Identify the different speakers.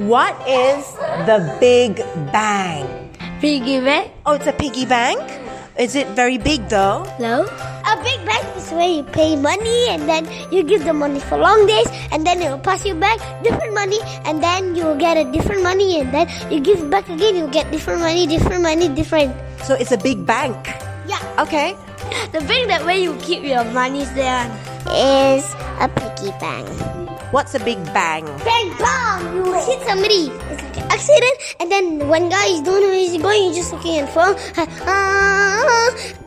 Speaker 1: What is the Big Bang?
Speaker 2: Piggy bank?
Speaker 1: Oh, it's a piggy bank? Is it very big though?
Speaker 2: No.
Speaker 3: A big bank is where you pay money and then you give the money for long days and then it will pass you back different money and then you will get a different money and then you give back again you get different money, different money, different.
Speaker 1: So it's a big bank.
Speaker 3: Yeah.
Speaker 1: Okay.
Speaker 2: The bank that where you keep your money's there.
Speaker 3: Is a piggy bank.
Speaker 1: What's a big bang?
Speaker 3: Bang bang! You hit somebody. It's like an Uh, accident and then one guy is doing what he's going, you're just looking and phone. Ah, ah, ah.